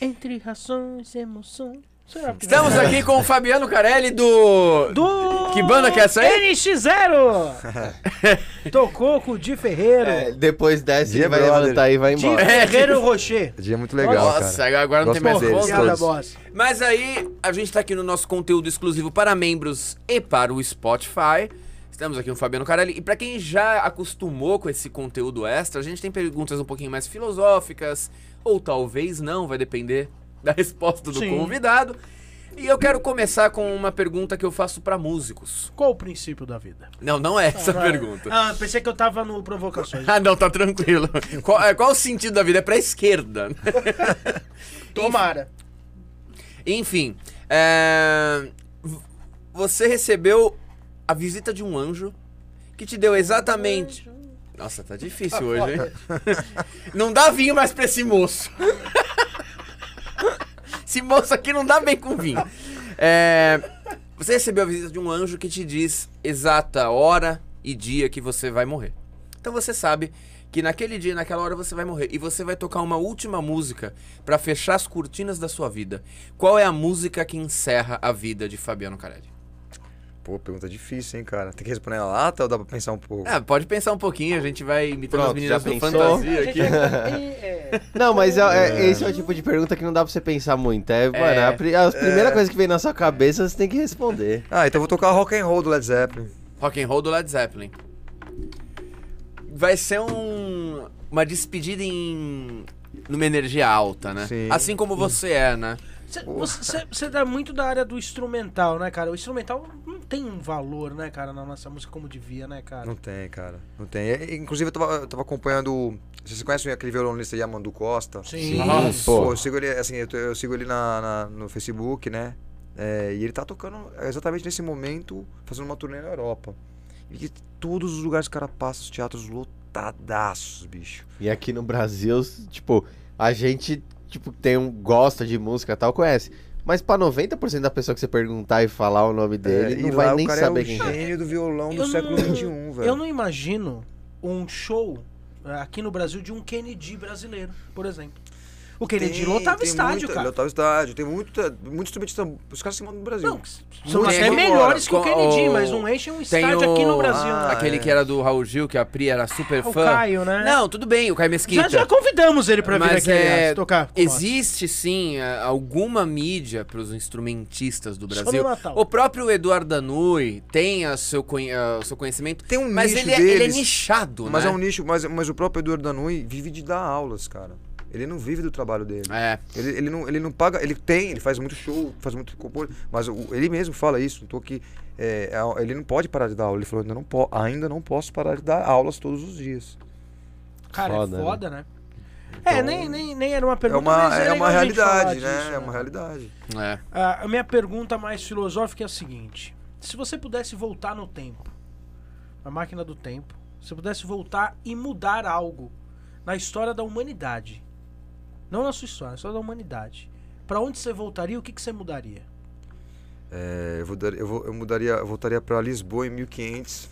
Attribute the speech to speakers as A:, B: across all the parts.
A: entre rações, emoções. Será que
B: Estamos
C: É.
B: aqui com o Fabiano Carelli do.
A: Do
B: Que banda que é essa aí?
A: NX0! Tocou com o Di Ferreiro.
D: É, depois dessa ele
C: Dia
D: vai
C: brother.
D: levantar e vai
A: Di
D: embora.
B: É,
A: Ferreiro Rocher.
C: Dia é muito legal,
B: Nossa,
C: cara.
B: agora não
C: Gosto
B: tem mais
C: muito deles
B: volta.
A: Obrigada,
C: todos.
A: boss.
B: Mas aí, a gente tá aqui no nosso conteúdo exclusivo para membros e para o Spotify. Estamos aqui com o Fabiano Carelli. E para quem já acostumou com esse conteúdo extra, a gente tem perguntas um pouquinho mais filosóficas, ou talvez não, vai depender da resposta do
A: Sim.
B: convidado. E eu quero começar com uma pergunta que eu faço para músicos.
A: Qual o princípio da vida?
B: Não, não é essa a
A: Vai.
B: pergunta.
A: Ah, pensei que eu tava no Provocações.
B: Ah, não, tá tranquilo. Qual, é, qual o sentido da vida? É pra esquerda.
A: Tomara.
B: Enfim, é, v- você recebeu a visita de um anjo que te deu exatamente. Nossa, tá difícil hoje, hein? Não dá vinho mais pra esse moço. Esse moço aqui não dá bem com vinho. É, Você recebeu a visita de um anjo que te diz exata hora e dia que você vai morrer. Então você sabe que naquele dia, naquela hora você vai morrer e você vai tocar uma última música pra fechar as cortinas da sua vida. Qual é a música que encerra a vida de Fabiano Carelli?
C: Pô, pergunta difícil, hein, cara. Tem que responder ela lá ou dá pra pensar um pouco?
B: Ah, pode pensar um pouquinho, a gente vai imitando as
D: Pronto,
B: meninas
D: já
B: do
D: pensou?
B: fantasia aqui.
D: Não, mas é- é- esse é o tipo de pergunta que não dá pra você pensar muito. É, mano, a, pri- a primeira coisa que vem na sua cabeça você tem que responder.
C: Ah, então eu vou tocar rock and roll do Led Zeppelin.
B: Rock and Roll do Led Zeppelin. Vai ser um uma despedida em numa energia alta, né?
C: Sim.
B: Assim como você é, né?
A: Você dá muito da área do instrumental, né, cara? O instrumental não tem um valor, né, cara, na nossa música como devia, né, cara?
C: Não tem, cara. Não tem. E, Inclusive, eu tava, eu tava acompanhando. Vocês conhecem aquele violonista Yamandu Costa?
A: Sim.
D: Nossa.
C: Pô, eu sigo ele, assim, eu, tô- eu sigo ele na, na- no Facebook, né? É, e ele tá tocando exatamente nesse momento, fazendo uma turnê na Europa. E que todos os lugares que o cara passa, os teatros lotadaços, bicho.
D: E aqui no Brasil, tipo, a gente tipo, tem um, gosta de música e tal, conhece. Mas pra 90% da pessoa que você perguntar e falar o nome dele,
C: É, e
D: não
C: lá
D: vai
C: o
D: nem
C: cara
D: saber
C: é o
D: quem é.
C: gênio do violão
A: Eu
C: do século
A: não-
C: XXI,
B: né?
C: velho.
A: Eu não imagino um show eh, aqui no Brasil de um Kennedy brasileiro, por exemplo. O Kennedy lotava é estádio,
C: muita-
A: cara.
C: Lotava estádio. Tem muita, muitos instrumentistas. Os caras se mandam no Brasil.
A: Não, são
B: Muito
A: até
B: bom.
A: melhores que o
B: Com-
A: Kennedy,
B: o-
A: mas não enchem um
B: Tem
A: estádio aqui no
B: o-
A: Brasil.
C: Ah,
B: Aquele
C: é.
B: que era do Raul Gil, que a Pri era super
A: o
B: fã.
A: Caio, né?
B: Não, tudo bem, o Caio Mesquita.
A: já, já convidamos ele pra vir
B: Mas
A: aqui
B: é-
A: aliás, tocar. com nós.
B: Existe sim a- alguma mídia para os instrumentistas do
A: Só
B: Brasil.
A: no Natal.
B: O próprio Eduardo Danui tem a seu conhe- a- o seu conhecimento,
C: Tem um
B: mas
C: nicho
B: ele, é, ele é
C: deles,
B: nichado,
C: Mas
B: né?
C: é um nicho, mas, mas o próprio Eduardo Danui vive de dar aulas, cara. Ele não vive do trabalho dele.
B: É.
C: Ele, ele, não, ele não paga, ele tem, ele faz muito show, faz muito compor, mas o- ele mesmo fala isso, não tô aqui. é, é, ele não pode parar de dar aula. Ele falou, ainda não, po ainda não posso parar de dar aulas todos os dias.
A: Cara,
D: Foda,
A: é
D: né?
A: foda, né?
B: então,
A: É, nem, nem, nem era uma
C: É
A: pergunta, mas
C: uma, é
A: legal
C: uma
A: a gente falar
C: realidade,
A: disso,
C: né? É uma realidade.
B: é.
A: Ah, a minha pergunta mais filosófica é a seguinte: se você pudesse voltar no tempo, na máquina do tempo, se você pudesse voltar e mudar algo na história da humanidade, não na sua história, na história da humanidade, pra onde você voltaria e o que, que você mudaria?
C: É, eu, vou dar- eu, vou- eu mudaria, eu voltaria para Lisboa em 1500.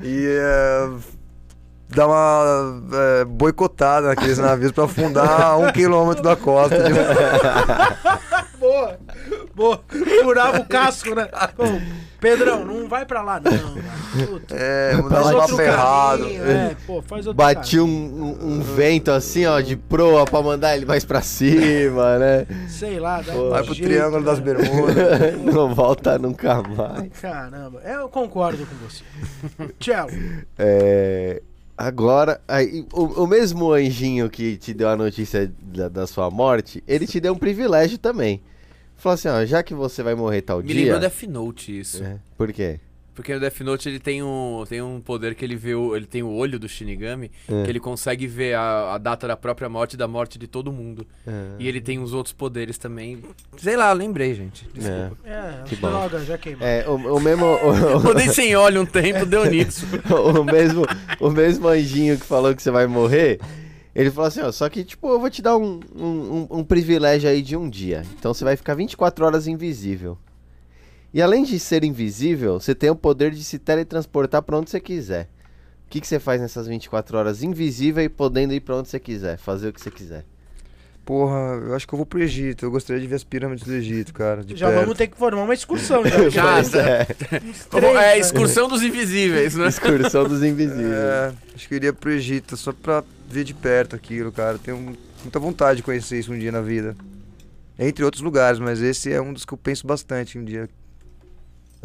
C: e é, dar uma é, boicotada naqueles navios para afundar a um quilômetro da costa.
A: Boa! Boa! Furava o casco, né? Ô, Pedrão, não vai pra lá, não. cara. Puta,
C: É, mudar
A: faz
C: um
A: outro
C: papo errado.
A: caminho, É, pô, faz outro
D: Bati um, um- um vento assim, ó, de proa pra mandar ele mais pra cima, né?
A: caminho. Sei lá, dá um
C: Vai pro
A: jeito,
C: Triângulo
A: né?
C: das Bermudas.
D: Não volta nunca mais.
A: Caramba, é, eu concordo com você. Tchau.
D: É, agora, aí, o, o mesmo anjinho que te deu a notícia da, da sua morte, ele te deu um privilégio também. Falou assim, ó, já que você vai morrer tal
B: Me
D: dia.
B: lembrou Death Note isso.
D: É, Por quê?
B: Porque no Death Note ele tem um, tem um poder que ele vê, o, ele tem o olho do Shinigami,
D: É.
B: que ele consegue ver a, a data da própria morte e da morte de todo mundo.
D: É.
B: E ele tem os outros poderes também. Sei lá, lembrei, gente. Desculpa.
D: É.
A: É,
D: Que bom.
A: droga, já queimou.
D: É, o, o mesmo. o-
B: Rodei sem óleo um tempo, deu nisso.
D: o mesmo, o mesmo anjinho que falou que você vai morrer, ele falou assim, ó, só que, tipo, eu vou te dar um, um, um- um privilégio aí de um dia. Então você vai ficar 24 horas invisível. E além de ser invisível, você tem o poder de se teletransportar pra onde você quiser. que, que você faz nessas 24 horas invisível e podendo ir pra onde você quiser, fazer o que você quiser?
C: Porra, eu acho que eu vou pro Egito. Eu gostaria de ver as pirâmides do Egito, cara. de
A: Já
C: perto.
A: vamos ter que formar uma excursão. Já,
B: Já,
D: Pois é,
A: Uns
B: Como-
A: três,
B: é
A: né?
B: a excursão dos invisíveis, né?
D: excursão dos invisíveis.
C: É, acho que eu iria pro Egito só pra ver de perto aquilo, cara. Tenho muita vontade de conhecer isso um dia na vida. Entre outros lugares, mas esse é um dos que eu penso bastante um dia.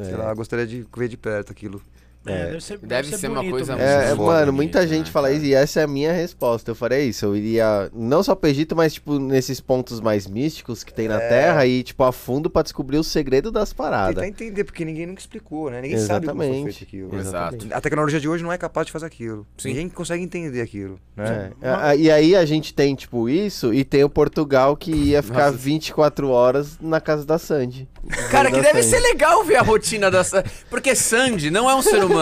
C: Sei
D: É.
C: lá, eu gostaria de ver de perto aquilo.
A: É, deve ser,
B: Deve ser uma
A: bonito
B: coisa
A: mesmo.
D: É,
B: Isso
D: é,
B: é
D: mano,
B: bonito,
D: muita
B: né,
D: gente fala
B: cara?
D: isso e essa é a minha resposta. Eu faria isso. Eu iria não só pro Egito, mas tipo nesses pontos mais místicos que tem na Terra e tipo a fundo pra descobrir o segredo das paradas.
C: Tentar entender, É. porque ninguém nunca explicou, né? Ninguém sabe como foi feito
D: Ah, Exatamente.
C: aquilo. né?
D: Exatamente.
C: A tecnologia de hoje não é capaz de fazer aquilo.
B: Sim.
C: Ninguém consegue entender aquilo, né?
D: É. A- a- E aí a gente tem tipo isso e tem o Portugal que ia ficar
B: Nossa.
D: 24 horas na casa da Sandy.
B: Cara, que
D: Da
B: deve
D: Sandy.
B: ser legal ver a rotina da Sandy. Porque Sandy não é um ser humano.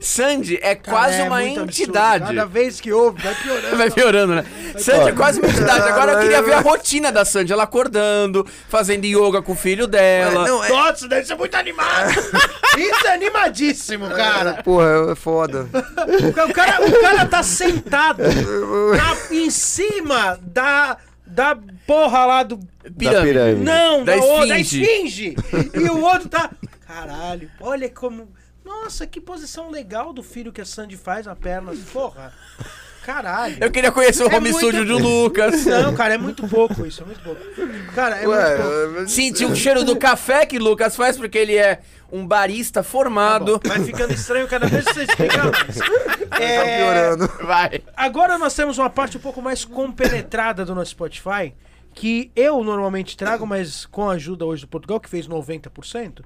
B: Sandy é
A: Cara,
B: quase
A: é
B: uma
A: muito absurdo.
B: entidade.
A: Cada vez que ouve, vai piorando.
B: Vai piorando, né? Sandy é quase uma entidade. Agora eu queria ver a rotina da Sandy. Ela acordando, fazendo yoga com o filho dela.
C: Não, é,
A: Nossa, deve ser muito animado. Isso é animadíssimo, cara.
C: porra, é foda.
A: O ca- o cara, o cara tá sentado na- em cima da, da porra lá do.
D: Da pirâmide.
A: Não,
B: Da
A: da, o- da esfinge.
B: esfinge.
A: E o outro tá. Caralho, olha como. Nossa, que posição legal do filho que a Sandy faz na perna. Porra. Caralho.
B: Eu queria conhecer o
A: É
B: home
A: muito-
B: studio do Lucas.
A: Não, cara, é muito pouco isso, é muito pouco. Cara, é muito pouco.
C: Ué,
B: Sentir o cheiro do café que Lucas faz, porque ele é um barista formado.
A: Vai ficando estranho cada vez que você explica mais.
C: tá
A: É,
C: piorando.
B: Vai.
A: Agora nós temos uma parte um pouco mais compenetrada do nosso Spotify, que eu normalmente trago, mas com a ajuda hoje do Portugal, que fez 90%,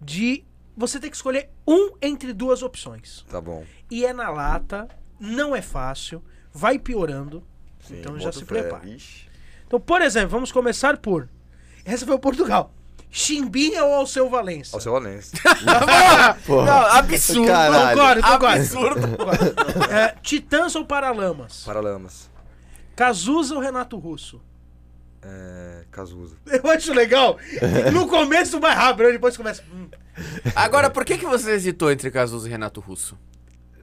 A: de você ter que escolher um entre duas opções.
C: Tá bom.
A: E é na lata, não é fácil, vai piorando, então já se prepara. Então, por exemplo, vamos começar por... Essa foi o Portugal. Chimbinha ou Alceu Valença? Ah,
C: Ao seu Valença.
B: Não, absurdo.
D: Caralho.
A: Concordo, concordo.
B: Absurdo.
A: Concordo. É, Titãs ou Paralamas?
C: Paralamas.
A: Cazuza ou Renato Russo?
C: É, Cazuza.
A: Eu acho legal. No começo vai rápido, depois começa. hum.
B: Agora, por que, que você hesitou entre Cazuza e Renato Russo?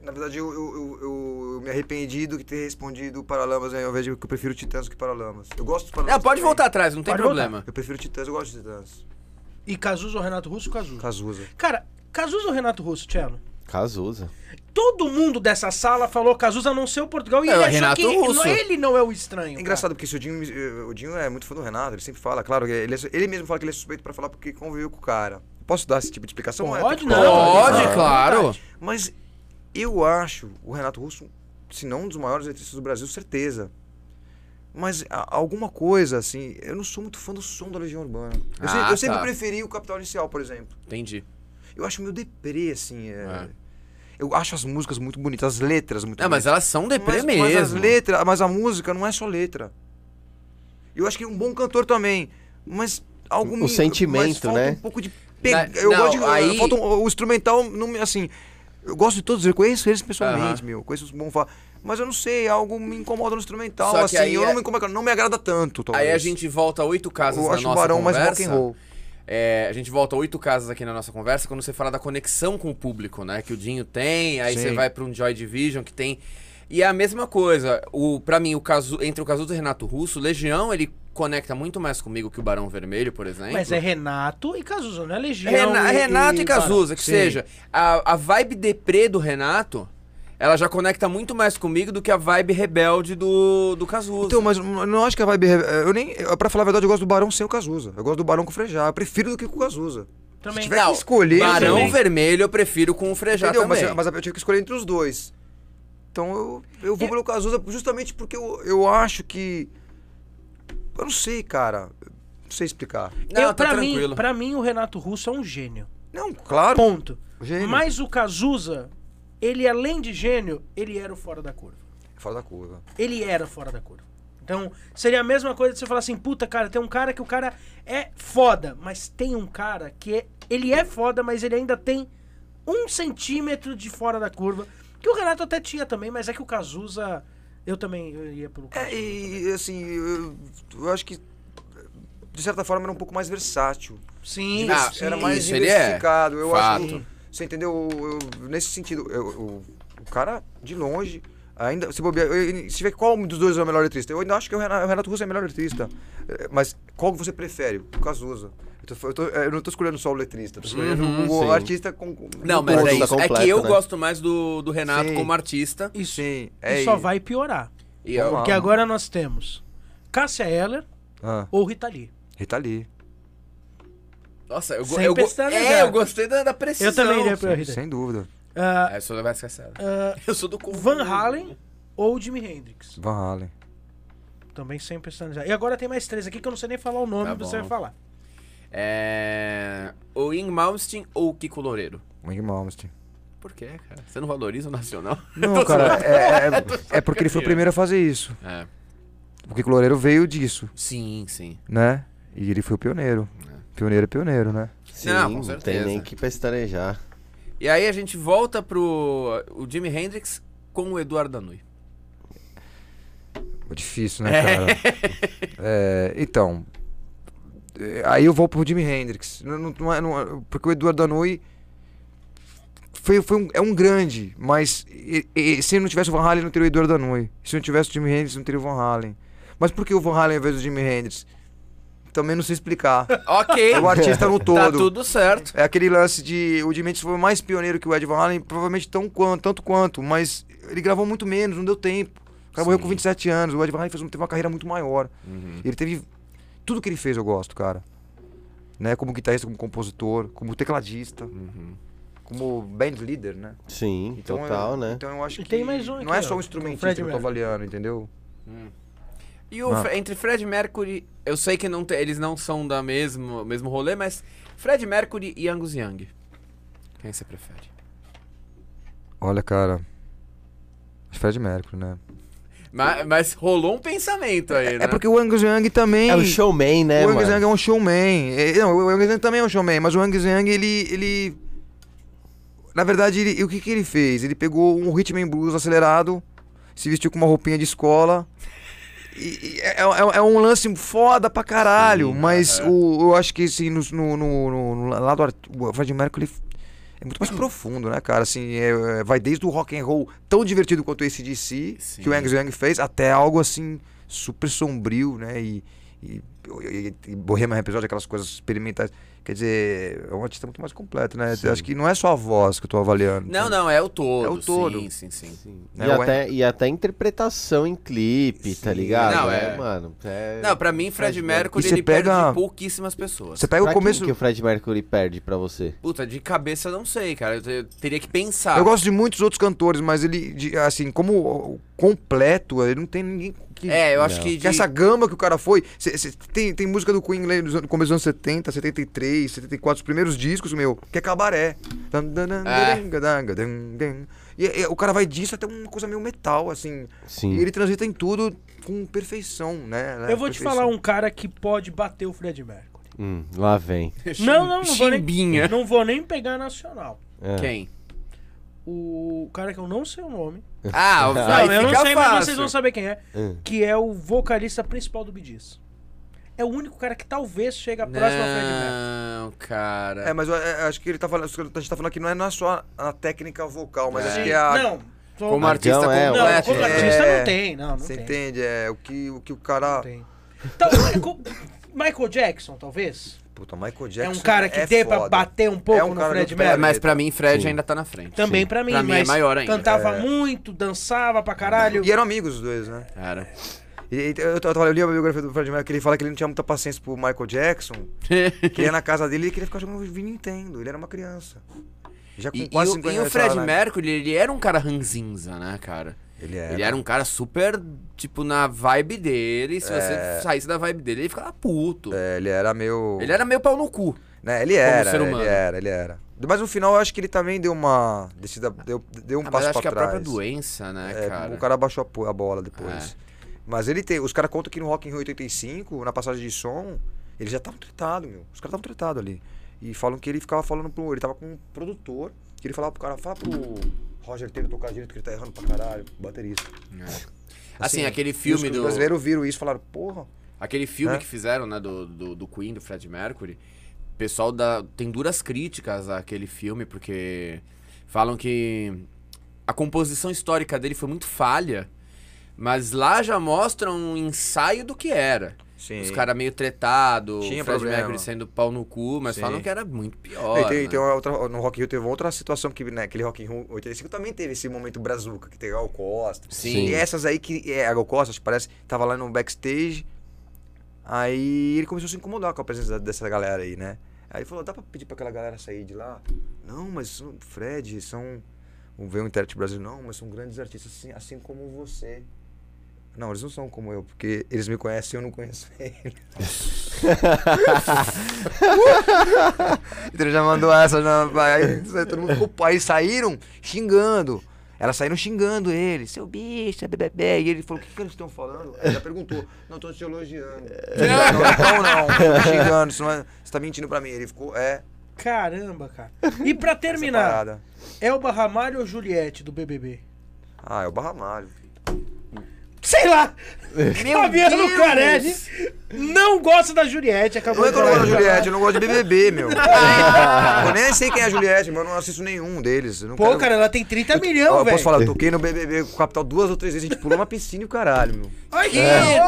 C: Na verdade, eu, eu, eu- eu- eu me arrependi do que ter respondido Paralamas, né? ao invés de que eu prefiro Titãs do que Paralamas. Eu gosto dos Paralamas.
B: Não, Ah, pode
C: também.
B: voltar atrás, não tem
A: Pode voltar.
B: problema.
C: Eu prefiro Titãs, eu gosto de Titãs.
A: E Cazuza ou Renato Russo? Cazuza.
C: Cazuza.
A: Cara, Cazuza ou Renato Russo, Tchelo?
D: Cazuza.
A: Todo mundo dessa sala falou Cazuza não ser o Portugal e
B: É,
A: ele
B: o
A: achou
B: Renato
A: que ele-
B: Russo.
A: ele não é o estranho.
C: É
A: cara.
C: engraçado, porque se o Dinho, eh, o Dinho é muito fã do Renato, ele sempre fala, claro, ele, é- ele mesmo fala que ele é suspeito pra falar porque conviveu com o cara. Posso dar esse tipo de explicação? É,
A: Pode,
C: tem que
A: não.
C: falar.
B: Pode,
A: Ah.
B: claro.
C: Mas eu acho o Renato Russo, se não um dos maiores artistas do Brasil, certeza. Mas a- alguma coisa, assim, eu não sou muito fã do som da Legião Urbana. Eu, se-
B: Ah,
C: eu sempre
B: tá.
C: preferi o Capital Inicial, por exemplo.
B: Entendi.
C: Eu acho meio deprê, assim. é-
B: É.
C: Eu acho as músicas muito bonitas, as letras muito
B: Não, mas elas são deprê
C: mas, mas as
B: mesmo.
C: letras, mas a música não é só letra. Eu acho que é um bom cantor também, mas algo me- mas
D: sentimento,
C: falta
D: né?
C: um pouco de pe- eu
B: não,
C: gosto de,
B: aí-
C: falta um- o instrumental não me- assim, eu gosto de todos, eu conheço eles pessoalmente, meu, conheço os bons, fa- mas eu não sei, algo me incomoda no instrumental,
B: Só que
C: assim,
B: aí
C: eu
B: é-
C: não me como é que eu- não me agrada tanto, talvez.
B: Aí a gente volta a oito casas
C: eu
B: na
C: acho o
B: nossa
C: Barão mais
B: conversa.
C: rock and roll.
B: É, a gente volta a oito casas aqui na nossa conversa quando você fala da conexão com o público, né? Que o Dinho tem, aí
C: Sim.
B: você vai pra um Joy Division que tem. E é a mesma coisa. O, pra mim, o caso, entre o Cazuza e Renato Russo, Legião, ele conecta muito mais comigo que o Barão Vermelho, por exemplo.
A: Mas é Renato e Cazuza, não é Legião.
B: né? Rena- Renato e, Cazuza, que
C: Sim.
B: seja. A, a vibe deprê do Renato, ela já conecta muito mais comigo do que a vibe rebelde do, do Cazuza.
C: Então, mas eu não acho que a vibe eh, eu nem, eu- pra falar a verdade, eu gosto do Barão sem o Cazuza. Eu gosto do Barão com o Frejá, eu prefiro do que com o Cazuza.
A: Também.
C: Se tiver que escolher,
B: Barão
A: também.
B: Vermelho eu prefiro com o Frejá
C: Entendeu? Mas,
B: também.
C: mas eu tive que escolher entre os dois. Então eu, eu vou pelo Cazuza justamente porque eu, eu acho que. Eu não sei, cara. Eu Não sei explicar.
B: Não,
A: eu,
B: tá
A: pra,
B: tranquilo.
A: mim, pra mim, o Renato Russo é um gênio.
C: Não, claro.
A: Ponto.
C: Gênio.
A: Mas o Cazuza, ele além de gênio, ele era o fora da curva.
C: É Fora da curva.
A: ele era fora da curva. Então, seria a mesma coisa de você falar assim, puta, cara, tem um cara que o cara é foda, mas tem um cara que é- ele é foda, mas ele ainda tem um centímetro de fora da curva, que o Renato até tinha também, mas é que o Cazuza, eu também eu ia pelo
C: É,
A: Cazuza.
C: e assim, eu, eu acho que. De certa forma era um pouco mais versátil.
A: Sim,
B: Ah,
A: sim.
C: Era mais
B: isso ele é.
C: diversificado. Eu acho.
B: Fato.
C: que- Você entendeu? Eu- eu- nesse sentido, eu- eu- o O cara, de longe, ainda. Se bobear, eu- eu- se tiver qual um dos dois é o melhor letrista. Eu ainda acho que o Renato, o Renato Russo é o melhor letrista. Eh, Mas qual que você prefere? O Cazuza. Eu, tô- eu tô- é, eu não tô escolhendo só o letrista, tô escolhendo o
D: sim.
C: artista com. com-
B: Uhum, Não,
C: com-
B: mas é
D: gosto tá
B: isso. É que
D: completo,
B: eu
D: né?
B: gosto mais do, do Renato
C: Sim.
B: como artista.
A: Isso.
C: Sim, é
A: E só
C: isso. Ah.
A: vai piorar.
B: E eu-
C: Vamos lá.
A: Porque agora nós temos Cássia Eller
C: Ah,
A: ou Rita Lee.
C: Rita Lee.
B: nossa, eu, go-
A: Sem
B: eu, go-
A: pestananejar.
B: é, eu gostei da, da precisão.
A: Eu também iria pra Rita Lee.
C: Sem dúvida.
A: Ah,
B: É, eu sou da Vasca Sela.
A: ah,
B: Eu sou do confuso.
A: Van Halen ou Jimi Hendrix.
C: Van Halen.
A: Também sem personalizar. E agora tem mais três aqui que eu não sei nem falar o nome,
B: Tá
A: você
B: bom.
A: vai falar.
B: É. O Ing Malmsteen ou o Kiko Loureiro?
C: Wing Malmsteen.
B: Por quê, cara? Você não valoriza o nacional?
C: Não, cara, é, é- é porque ele foi o primeiro a fazer isso.
B: É.
C: Porque o Loureiro veio disso,
B: Sim, sim.
C: né? E ele foi o pioneiro. Pioneiro é pioneiro, né?
D: Sim,
B: Não, com
D: não, tem
B: certeza.
D: nem que pestanejar.
B: E aí a gente volta pro o Jimi Hendrix com o Eduardo Danui.
C: É difícil, né, cara? É, então. é, Aí eu vou pro Jimi Hendrix. Não- não- não é- não é- porque o Eduardo Danui foi, foi um- é um grande, mas e- e- se não tivesse o Van Halen, não teria o Eduardo Danui. Se não tivesse o Jimi Hendrix, não teria o Van Halen. Mas por que o Van Halen ao invés do Jimi Hendrix? Também não sei explicar.
B: Ok.
C: É o artista no todo.
B: Tá tudo certo.
C: É aquele lance de. O Jimi Hendrix foi mais pioneiro que o Ed Van Halen, provavelmente tão quan- tanto quanto, mas ele gravou muito menos, não deu tempo. O cara morreu
B: Sim.
C: com 27 anos, o Ed Van Halen fez, um- teve uma carreira muito maior. Ele teve. Tudo que ele fez eu gosto, cara. Né? Como guitarrista, como compositor, como tecladista, como band leader, né?
D: Sim,
C: Então,
D: total,
C: eu,
D: né?
C: Então eu acho
A: E
C: que.
A: tem mais um
C: não
A: aqui,
C: é só
A: ó,
C: o
A: com
C: instrumentista
A: Fred
C: que eu tô
A: Mercury.
C: avaliando, entendeu?
B: E o
C: Ah.
B: Fre- entre Fred Mercury, eu sei que não te- eles não são da mesmo mesmo rolê, mas Fred Mercury e Angus Young. Quem você prefere?
C: Olha, cara. Fred Mercury, né?
B: Ma- Mas, rolou um pensamento aí, né?
C: É porque o Angus Young também.
D: É o showman, né,
C: o Wang
D: mano?
C: Zhang é um showman. É, não, o Wang Zhang também é um showman, mas o Wang Zhang, ele. ele... Na verdade, ele- o que, que ele fez? Ele pegou um rhythm and blues acelerado, se vestiu com uma roupinha de escola. E, e é, é- é um lance foda pra caralho,
B: Sim,
C: mas
B: aham.
C: o, eu acho que assim, no, no, no- no- no lado art- o Fred Mercury é muito mais profundo, né, cara? Assim, é- é- vai desde o rock and roll tão divertido quanto esse DC
B: Sim.
C: que o Angus Young fez, até algo assim super sombrio, né? E, e, e, e Bohemian Rhapsody, aquelas coisas experimentais. Quer dizer, é um artista muito mais completo, né?
D: Sim.
C: Acho que não é só a voz que eu tô avaliando.
B: Não, não, é o todo.
C: É o todo.
B: Sim, sim, sim.
D: E,
C: É, o
D: até, e até interpretação em clipe, tá
C: Sim.
D: ligado?
B: Não,
D: é,
B: é.
D: mano. É...
B: Não, pra mim, Fred
D: Fred
B: Mercury,
C: E você
B: ele
C: pega-
B: perde pouquíssimas pessoas.
C: Você pega
D: Pra
C: o começo.
D: quem que o Fred Mercury perde pra você?
B: Puta, de cabeça eu não sei, cara. Eu, te- eu teria que pensar.
C: Eu gosto de muitos outros cantores, mas ele, de- assim, como o- completo, ele não tem ninguém que.
B: É, eu acho
D: Não.
B: que
C: que
B: de...
C: essa gama que o cara foi. cê- cê- tem, tem música do Queen lá dos anos- no começo dos anos 70, 73, 74, os primeiros discos, meu, que é cabaré. Dan, dan, dan,
B: É.
C: dan, dan, dan, dan. E, e o cara vai disso até uma coisa meio metal, assim.
D: Sim.
C: E ele transita em tudo com perfeição, né?
B: É,
C: né,
A: Eu vou te
C: perfeição.
A: falar um cara que pode bater o Fred Mercury.
D: Hum, lá vem.
A: Não, não, não vou nem-
B: É Chimbinha.
A: Não vou nem pegar nacional.
D: É.
B: Quem?
A: O cara que eu não sei o nome.
B: Ah,
D: Não,
B: aí
A: não, eu
B: fica
A: não sei, mas
B: fácil.
A: vocês vão saber quem é. Que é o vocalista principal do Bidiz. É o único cara que talvez chegue próximo ao Fred Mercury.
B: Não, cara.
C: É, mas eu, é, acho que ele tá falando. A gente tá falando que não é, não é só a, a técnica vocal, mas
B: É.
C: acho que é a.
A: Não, tô-
B: Como
A: não,
B: artista
D: Então, é,
A: como
B: completo.
D: como
A: artista
C: É.
A: não tem, não, não
C: Você
A: tem.
C: entende? É o que o, que o cara.
A: Não tem. Então, Michael, Michael Jackson, talvez?
C: Puta, Michael Jackson.
A: é um cara que
C: é
A: dê pra
C: foda.
A: bater um pouco
C: É um
A: no
C: cara
A: Fred
C: muito
B: É,
A: Mercury.
B: mas pra mim, Fred
D: Sim.
B: ainda tá na frente.
A: Também
D: Sim.
A: pra mim,
B: Pra mim é
A: mas
B: maior ainda. É.
A: cantava muito, dançava pra caralho.
C: E eram amigos os dois, né?
B: Cara.
C: E- e- Eu, eu, eu li a biografia do Fred Mercury, que ele fala que ele não tinha muita paciência pro Michael Jackson, que ia na casa dele e queria ficar jogando Vini Nintendo. Ele era uma criança. Já com
B: E, e
C: quase
B: o,
C: 50
B: e o
C: anos,
B: Fred
C: tava, né?
B: Mercury, ele era um cara ranzinza, né, cara?
C: Ele era.
B: Ele era um cara super, tipo, na vibe dele. Se você saísse da vibe dele, ele ficava puto.
C: É, ele era meio.
B: Ele era meio pau no cu. Ah,
C: Né, ele era.
B: ser humano.
C: ele era, ele era. Mas no final eu acho que ele também deu uma. Descida, deu, deu um
B: Ah, mas
C: passo
B: acho que
C: pra
B: a própria
C: trás.
B: doença, né,
C: É,
B: cara? É.
C: O cara baixou a, po- a bola depois. Mas ele tem. Os caras contam que no Rock in Rio 85, na passagem de som, ele já tava tretado, meu. Os caras estavam tretados ali. E falam que ele ficava falando pro. Ele tava com um produtor, que ele falava pro cara, fala pro Roger Taylor tocar direito que ele tá errando pra caralho, baterista.
B: Assim, aquele
C: e
B: filme
C: os,
B: do.
C: Os brasileiros viram isso e falaram, porra.
B: Aquele filme
C: né?
B: que fizeram, né, do, do, do Queen, do Fred Mercury. O pessoal dá, tem duras críticas àquele filme, porque falam que a composição histórica dele foi muito falha, mas lá já mostra um ensaio do que era.
C: Sim.
B: Os caras meio tretado,
C: Tinha
B: o Fred
C: problema.
B: Mercury saindo pau no cu, mas
C: Sim.
B: falam que era muito pior.
C: Não, e tem,
B: né?
C: tem um- uma outra, no Rock in Rio teve uma outra situação, porque naquele Rock in Rio 85 também teve esse momento brazuca, que teve Gal Costa.
B: Sim.
C: E essas aí que... É, a Gal Costa, acho que parece, tava lá no backstage, aí ele começou a se incomodar com a presença da- dessa galera aí, né? Aí ele falou, dá pra pedir pra aquela galera sair de lá? Não, mas são- Fred, são... Veio um intérprete brasileiro, não, mas são grandes artistas, assim, assim como você. Não, eles não são como eu, porque eles me conhecem e eu não conheço eles. então ele já mandou essa, já, aí, todo mundo ficou, aí saíram xingando. Elas saíram xingando ele, seu bicho, é bebê. E ele falou, o que, que eles estão falando? Aí Ela perguntou, não, estou te elogiando.
A: É.
C: não, então não, tô xingando, isso não é- você tá mentindo pra mim. Ele ficou, é,
A: Caramba, cara. E pra
C: essa
A: terminar,
C: parada.
A: Elba Ramalho ou Juliette do BBB?
C: Ah, é o Barra Mário.
A: Sei lá!
C: Meu
A: Fabiano
C: Deus!
A: Carelli não gosta da Juliette, acabou
C: Não é que eu não
A: falar.
C: gosto da Juliette, eu não gosto de BBB, meu. eu nem sei quem é a Juliette, mas eu não assisto nenhum deles. eu não
A: Pô,
C: quero-
A: cara, ela tem 30
C: Ó,
A: milhões,
C: eu
A: velho.
C: posso falar, eu toquei no BBB com o Capital duas ou três vezes, a gente pulou uma piscina e o caralho, meu.
A: Ai, que
B: Que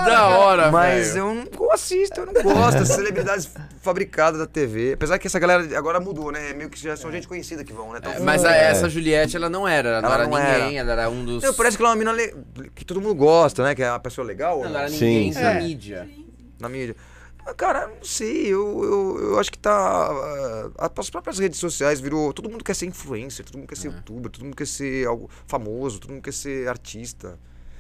B: da hora,
C: É. Mas
B: velho.
C: eu não assisto, eu não gosto. Essas celebridades fabricadas da TV. Apesar que essa galera agora mudou, né? Meio que já
B: É.
C: são gente conhecida que vão, né? Então,
B: Mas a- essa Juliette, ela não era. Ela, não
C: Ela
B: era
C: não
B: ninguém, ela era um dos.
C: Não, parece que ela é uma mina le- que todo mundo gosta, né? Que é uma pessoa legal
B: Não, ela era
D: Sim,
B: ninguém
D: sim.
B: na
A: É.
B: mídia.
C: na mídia. Mas, Cara, eu não sei, eu, eu, eu acho que tá. ah, As próprias redes sociais virou. Todo mundo quer ser influencer, todo mundo quer ser youtuber, todo mundo quer ser algo famoso, todo mundo quer ser artista.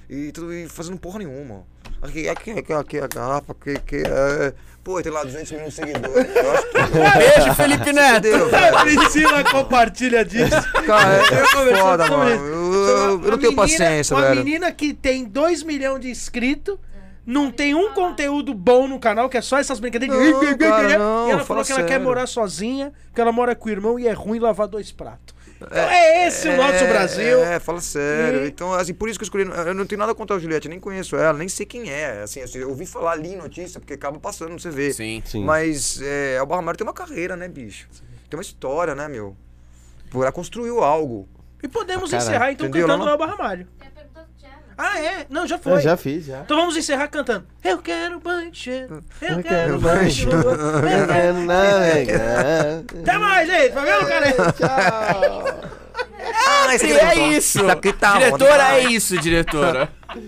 C: E, tudo, e fazendo porra nenhuma. Aqui, aqui, aqui, aqui, a garrafa, aqui, aqui. É... Pô, tem lá 200 milhões de seguidores. Eu acho que.
B: Beijo, Felipe Neto!
C: Deu,
A: A
C: velho.
A: Priscila compartilha disso.
C: Cara, é, é
A: conversando
C: foda,
A: sobre
C: mano.
A: isso.
C: Eu, eu- eu
A: Uma
C: não tenho
A: menina-
C: paciência,
A: uma
C: velho.
A: menina que tem 2 milhões de inscritos, não tem um conteúdo bom no canal, que é só essas brincadeiras. de-
C: Não, cara, não,
A: e ela falou
C: fala
A: que ela quer
C: sério.
A: morar sozinha, que ela mora com o irmão e é ruim lavar dois pratos. Então é esse o nosso
C: É,
A: Brasil.
C: É, fala sério.
A: E-
C: Então, assim, por isso que eu escolhi. Eu não tenho nada contra a Juliette, nem conheço ela, nem sei quem é. Assim, assim, eu ouvi falar ali em notícia, porque acaba passando, você vê.
B: Sim.
D: Sim.
C: Mas é, o Barra Mário tem uma carreira, né, bicho? Tem uma história, né, meu? Pô, Ela construiu algo.
A: E podemos
D: Ah, caralho,
A: encerrar então
C: entendeu?
A: cantando
C: Ela
A: Elba Ramalho.
E: Tem a pergunta do Thiago.
A: Ah, é? Não, já foi.
D: Eu já fiz, já.
A: Então vamos encerrar cantando. Eu quero banche. Eu
D: Eu
A: quero
D: quero
A: banche.
D: banheiro. Eu quero navegar.
A: Até mais, gente. Fabiano Carelli.
D: Tchau.
C: Ah, é
B: Tá
C: tá
A: é
B: É isso! Diretora, é isso, diretora.